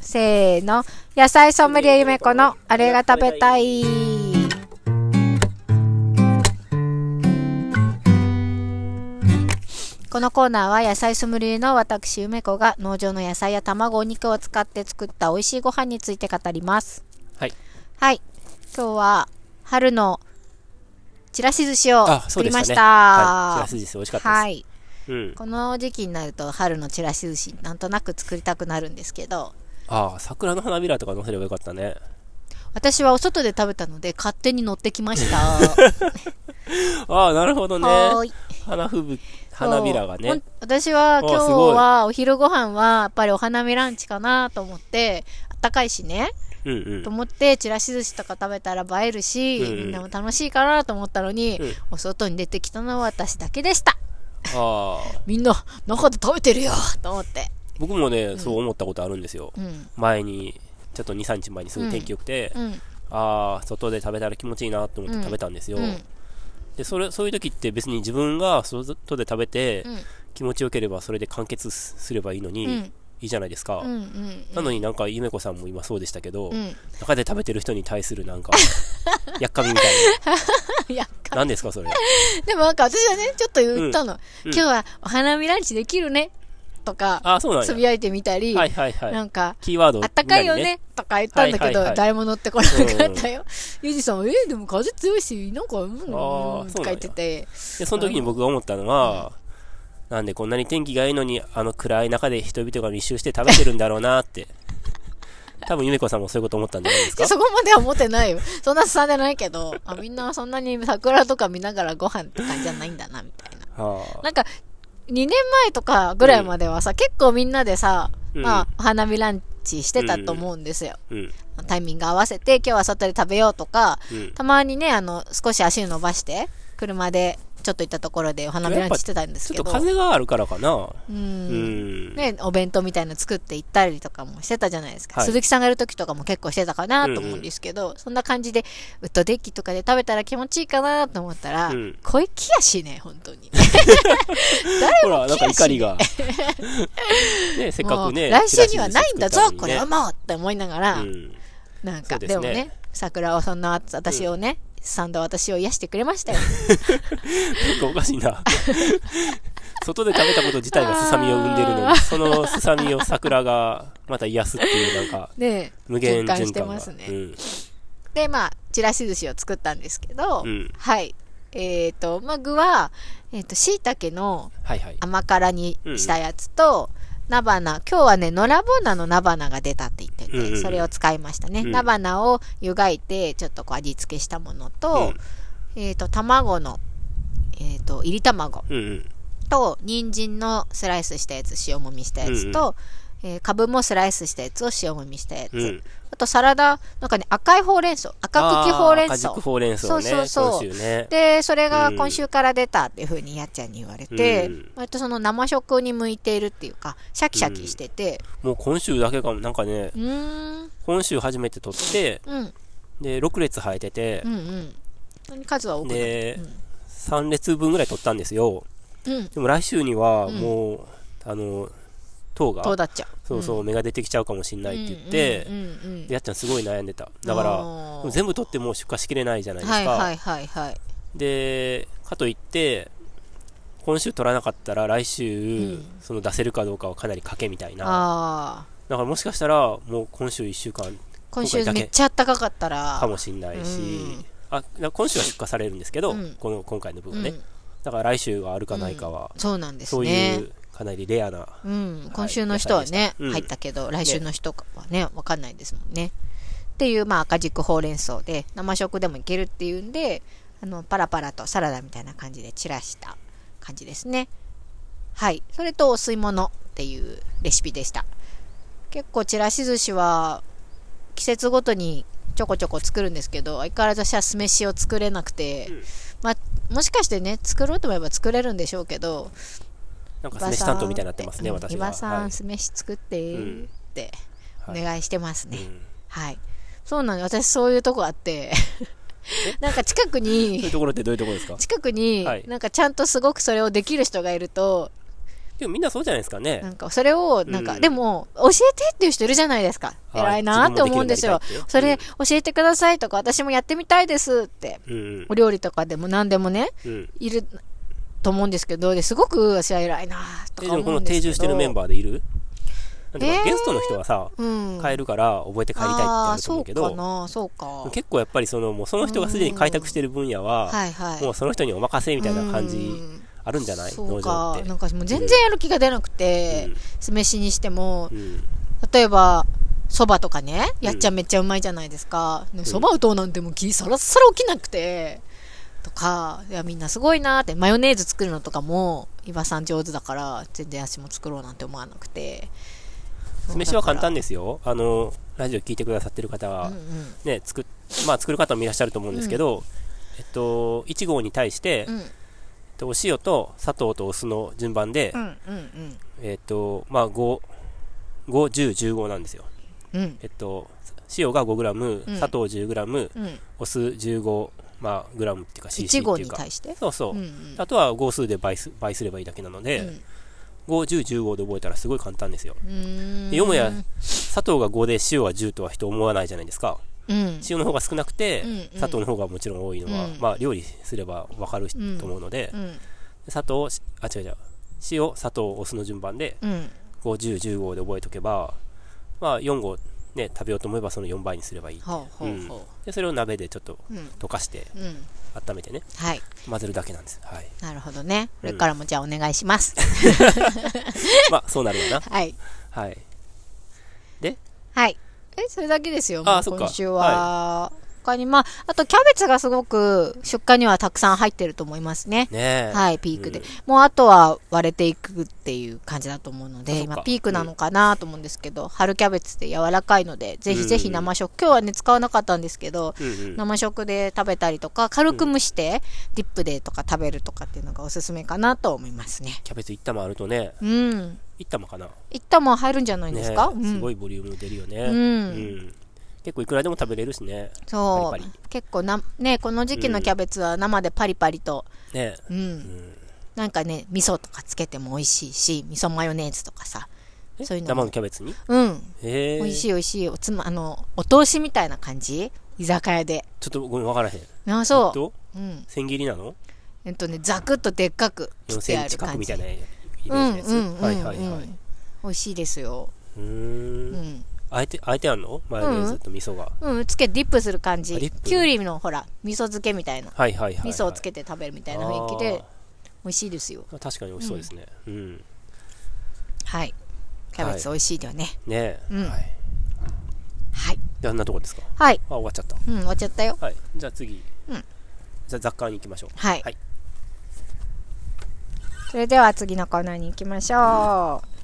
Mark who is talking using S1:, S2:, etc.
S1: せーの。野菜ソムリエゆめこのあれが食べたい。このコーナーは野菜ソムリエの私ゆめこが農場の野菜や卵、お肉を使って作った美味しいご飯について語ります。
S2: はい。
S1: はい。今日は春のちらし寿司を
S2: あ、そう
S1: 作
S2: で
S1: り
S2: した
S1: ま
S2: ね。
S1: した。
S2: はい。ちらし寿司美味しかった
S1: は
S2: で
S1: い。
S2: す。うん。
S1: この時期になると春のちらし寿司なんとなく作りたくなるんですけど
S2: ああ、桜の花びらとか乗せればよかったね。
S1: 私はお外で食べたので勝手に乗ってきました
S2: ああ、なるほどね。
S1: はーい
S2: 花吹雪、花びらが
S1: ほ
S2: ね
S1: ん。私は今日
S2: すごい
S1: はお昼ご飯はやっぱりお花見ランチかなと思ってあったかいしね
S2: うんうん
S1: と。思ってちらし寿司とか食べたら映えるし、
S2: うんうん
S1: みんなも楽しいかなと思ったのに、
S2: うん
S1: お外に出てきたのは私だけでした
S2: ああ、
S1: みんな中で食べてるよと思って
S2: 僕もね、そう思ったことあるんですよ。
S1: うん
S2: 前に、ちょっと2、3日前にすごい天気良くて、
S1: うん
S2: ああ、外で食べたら気持ちいいなと思って食べたんですよ。
S1: うん
S2: で、それ、そういう時って別に自分が外で食べて
S1: うん
S2: 気持ちよければそれで完結すすればいいのに、
S1: うん
S2: いいじゃないですか。
S1: うんうん
S2: なのになんか、ゆめこさんも今そうでしたけど、
S1: うん
S2: 中で食べてる人に対するなんか、やっかみみたい
S1: いや
S2: な。何ですか、それ。
S1: でもなんか私はね、ちょっと言ったの。
S2: うん
S1: 今日はお花見ランチできるねとか、
S2: あ、そうなん
S1: つぶ
S2: や。
S1: やいてみたり、
S2: はいはいは。
S1: ないんか、
S2: キーワード
S1: あったかいよね
S2: みんなに
S1: とか言ったんだけど、
S2: はいはいはい
S1: 誰も乗ってこなかったよ。ゆうじさんは、えーでも風強いし、なんか、うん、
S2: あ
S1: う
S2: ー
S1: ん
S2: そ
S1: と
S2: う
S1: か言
S2: なんや
S1: ってて、
S2: で、その時に僕が思ったのは、なんでこんなに天気がいいのに、あの暗い中で人々が密集して食べてるんだろうな って。多分、ゆめこさんもそういうこと思ったんじゃないです
S1: で
S2: か。
S1: そこまでは思ってないよ。そんなすさんじゃないけど、あみんなそんなに桜とか見ながらご飯って感じじゃないんだな、みたいな。
S2: はあ
S1: なんか、2年前とかぐらいまではさ、結構みんなでさ、
S2: うん
S1: まあ、お花見ランチしてたと思うんですよ。
S2: うん。
S1: タイミング合わせて、今日は外で食べようとか、
S2: うん。
S1: たまにね、あの、少し足を伸ばして、車でちょっと行ったところでお花見ランチしてたんです
S2: ちょっ
S1: けど、
S2: と風があるからかな。
S1: う。
S2: うんん。
S1: ね、お弁当みたいの作って行ったりとかもしてたじゃないですか。
S2: はい
S1: 鈴木さんがいる時とかも結構してたかなと思うんですけど、そんな感じで、ウッドデッキとかで食べたら気持ちいいかなと思ったら、
S2: うん
S1: 小粋やしね、本当に。
S2: ほら、なんか怒りが。 ね、せっか
S1: も
S2: く
S1: う、
S2: ね。
S1: 来週にはないんだぞ、
S2: チ
S1: こ
S2: ラシ
S1: れは
S2: 寿司作っ
S1: もうって思いなが
S2: た
S1: ら、
S2: のにね
S1: なんか
S2: そう
S1: で,、
S2: です
S1: も
S2: ね
S1: ね桜はそんな私をね、サンド私を癒してくれました よ
S2: うん。なんかおかしいな。 外で食べたこと自体がすさみを生んでるのに、そのすさみを桜がまた癒すっていう、なんか、
S1: ね
S2: 無限循環が。
S1: 循環してますね
S2: うん。
S1: でまあちらし寿司を作ったんですけど、
S2: うん
S1: はいえっ、とまあ具はえっ、としいたけの
S2: はいはい。
S1: 甘辛にしたやつと、菜花今日はね野良ぼ菜の菜花が出たって言ってて、
S2: うんうん
S1: それを使いましたね、
S2: うん
S1: 菜花を湯がいてちょっとこう味付けしたものと、えっ、と卵のえっ、といり卵
S2: うんうん。
S1: と人参のスライスしたやつ塩もみしたやつと、えーかぶもスライスしたやつを塩もみしたやつ、
S2: うんうん。
S1: あとサラダなんかね赤いほうれん草赤茎ほうれん
S2: あー
S1: 草
S2: 赤軸ほうれん草ね。
S1: そうそうそう
S2: 今週ね。
S1: でそれが今週から出たっていうふうにやっちゃんに言われて、
S2: うん
S1: 割とその生食に向いているっていうかシャキシャキしてて
S2: もう今週だけかも、なんかね、
S1: うーん
S2: 今週初めて撮って、
S1: うん
S2: で、6列生えてて
S1: うんう、んそんなに数は多くない、
S2: で、3列分ぐらい撮ったんですよ。
S1: うん
S2: でも来週にはもう、あの、糖が、
S1: どうだっちゃう
S2: そうそう、芽が出てきちゃうかもしんないって言って、
S1: うんうんうんうん
S2: でやっちゃんすごい悩んでた。だから、
S1: あー
S2: 全部取ってもう出荷しきれないじゃないですか。
S1: はいはいはいはい
S2: で、かといって、今週取らなかったら来週、
S1: うん
S2: その出せるかどうかはかなり賭けみたいな。
S1: ああ
S2: だからもしかしたら、もう今週1週間
S1: 今
S2: 今
S1: 週
S2: 回だけ
S1: めっちゃ暖かかったら
S2: かもしんないし、
S1: うん
S2: あな今週は出荷されるんですけど、
S1: うん
S2: この今回の部分ね、
S1: うん
S2: だから来週があるかないかは、
S1: そうなんですね
S2: そういうかなりレアな、
S1: うん、今週の人はね、
S2: はい
S1: 入ったけど、来週の人はね、わかんないですもんね。っていう、まあ、赤軸ほうれん草で、生食でもいけるっていうんで、あの、パラパラとサラダみたいな感じで散らした感じですね。はい。それと、お吸い物っていうレシピでした。結構、ちらし寿司は、季節ごとにちょこちょこ作るんですけど、相変わらず私は酢飯を作れなくて、
S2: うん
S1: まあ、もしかしてね、作ろうと思えば作れるんでしょうけど、
S2: なんか
S1: 岩
S2: スネシ担当みたいになってますね、
S1: うん
S2: 私は。
S1: 岩さ
S2: は
S1: ん、
S2: い
S1: 酢飯作って
S2: うん
S1: ってお
S2: はい
S1: 願いしてます
S2: う
S1: ね。
S2: ん
S1: はい。そうなの、私そういうとこあって、なんか近く
S2: そういう
S1: に、
S2: ところってどういうところですか
S1: 近くに
S2: はい、
S1: なんかちゃんとすごくそれをできる人がいると、
S2: でもみんなそうじゃないですかね
S1: な。んかそれをなんか、
S2: うん
S1: でも教えてっていう人いるじゃないですか
S2: はい
S1: 偉いなって思うんですよ
S2: 自分もできるようになりたいって
S1: それ教えてくださいとか私もやってみたいですって
S2: うん
S1: お。料理とかでも何でもね
S2: うん。
S1: いると思うんですけどですごく私は偉いなと
S2: で、
S1: か思うんですけど
S2: でもこの定住してるメンバーでいるなんていうか
S1: えー
S2: ゲストの人はさ、
S1: うん、
S2: 変えるから覚えて帰りたいって
S1: あ
S2: あ
S1: あ
S2: ると思うけ
S1: そうか
S2: ど、
S1: なそうか
S2: 結構やっぱりその、もうその人がすでに開拓してる分野は、
S1: はいはい
S2: もうその人にお任せみたいな感じ
S1: うん
S2: あるんじゃない
S1: そう
S2: 農場っ
S1: か
S2: て。
S1: なんかもう全然やる気が出なくて、酢飯にしても
S2: うん。うん
S1: 例えばそばとかねやっちゃんめっちゃうまいじゃないですかそば、う打とうなんてもう気さらさら起きなくてとかいやみんなすごいなーってマヨネーズ作るのとかも岩さん上手だから全然私も作ろうなんて思わなくて
S2: 酢飯は簡単
S1: で
S2: ですよ。あの、ラジオ聞いてくださってる方は、ね、作っ、まあ作る方もいらっしゃると思うんですけど、えっと、1合に対して
S1: う、んうん
S2: えっとお塩と砂糖とお酢の順番で
S1: う、んうんうん
S2: えっと、まあ5、5、10、15なんですよ。
S1: うんうん
S2: えっと、塩が 5g、
S1: うん
S2: 砂糖 10g、
S1: うん
S2: お酢15、まあ、グラムっていうか cc
S1: 1
S2: っ
S1: 号
S2: てい
S1: に
S2: うか。
S1: 対して
S2: そうそう。
S1: うんうん
S2: あとは合数で倍す倍すればいいだけなので、
S1: うん
S2: 5、10、15で覚えたらすごい簡単ですよ。
S1: うーん
S2: よもや砂糖が5で塩は10とは人思わないじゃないですか。
S1: うん
S2: 塩の方が少なくて、
S1: うんうん
S2: 砂糖の方がもちろん多いのは、
S1: うん
S2: まあ料理すればわかるし
S1: うん
S2: と思うので、
S1: うん
S2: 砂糖、しあ、違う違う。塩、砂糖、お酢の順番で、
S1: うん
S2: 5、10、15で覚えとけば、まあ4合ね、食べようと思えばその4倍にすればいい。
S1: ほうほうほ
S2: で、それを鍋でちょっと
S1: ううん
S2: 溶かして
S1: うん
S2: 温めてね
S1: はい
S2: 混ぜるだけなんですはい
S1: なるほどねこれからもじゃあお願いします
S2: まあそうなるよな
S1: はい
S2: はい
S1: はい。え、それだけですよ、
S2: あー
S1: もう
S2: そっか
S1: 今週は。他に、まあ、あとキャベツがすごく出荷にはたくさん入ってると思いますね。
S2: ねえ
S1: はい、ピークで。
S2: うん
S1: もうあとは割れていくっていう感じだと思うの
S2: あ
S1: で、
S2: そっか
S1: 今ピークなのかなと思うんですけど、春キャベツって柔らかいので、ぜひぜひ
S2: うん
S1: 生食、今日はね、使わなかったんですけど、
S2: うんうん
S1: 生食で食べたりとか、軽く蒸して、ディップでとか食べるとかっていうのがおすすめかなと思いますね。
S2: キャベツ一玉あるとね
S1: うん。
S2: 一玉かな
S1: 一旦も入るんじゃない
S2: ね
S1: ですか、
S2: え
S1: うん
S2: すごいボリューム出るよね
S1: うん
S2: ん結構いくらでも食べれるしね
S1: そう
S2: パリパ
S1: 結構なねこの時期のキャベツは生でパリパリと、
S2: ね
S1: うん
S2: えうん
S1: なんかね味噌とかつけても美味しいし味噌マヨネーズとかさ
S2: え
S1: そういうのも
S2: 生のキャベツに
S1: うん
S2: へえ
S1: 美味しい
S2: ちょ
S1: 美味しいおつ、ま、あのお通しみたいな感じ居酒屋で
S2: っとごめん分からへん
S1: あそ
S2: えっと
S1: う、うん、
S2: 千切りなの
S1: えっとねザクッとでっかく切ってあ
S2: 4000
S1: る
S2: 近く
S1: 感
S2: み
S1: じ
S2: たいなイメ
S1: うん
S2: ージ
S1: うんうん、
S2: のやつはいはいは
S1: う
S2: い
S1: ん美味しいですよ
S2: う
S1: う
S2: ーん
S1: ん、
S2: あえてあえてあんのマヨネーズと味噌が
S1: うん、つけてディップする感
S2: あ
S1: じ
S2: ディップ
S1: きゅうりのほら味噌漬けみたいな
S2: はいはいはいはい
S1: 味噌をつけて食べるみたいな雰囲気で美味しいですよ
S2: あー確かに美味しそうですねうん
S1: はいキャベツ美味しいよね、
S2: ねえ、
S1: うん
S2: はい、
S1: はい。
S2: であんなとこですか
S1: はい。
S2: あ終わっちゃっ
S1: うん、終わっちゃったよ。
S2: たはいじゃあ次、
S1: うん
S2: じゃあ雑貨に行きましょう
S1: はい。
S2: はい
S1: それでは次のコーナーに行きましょう。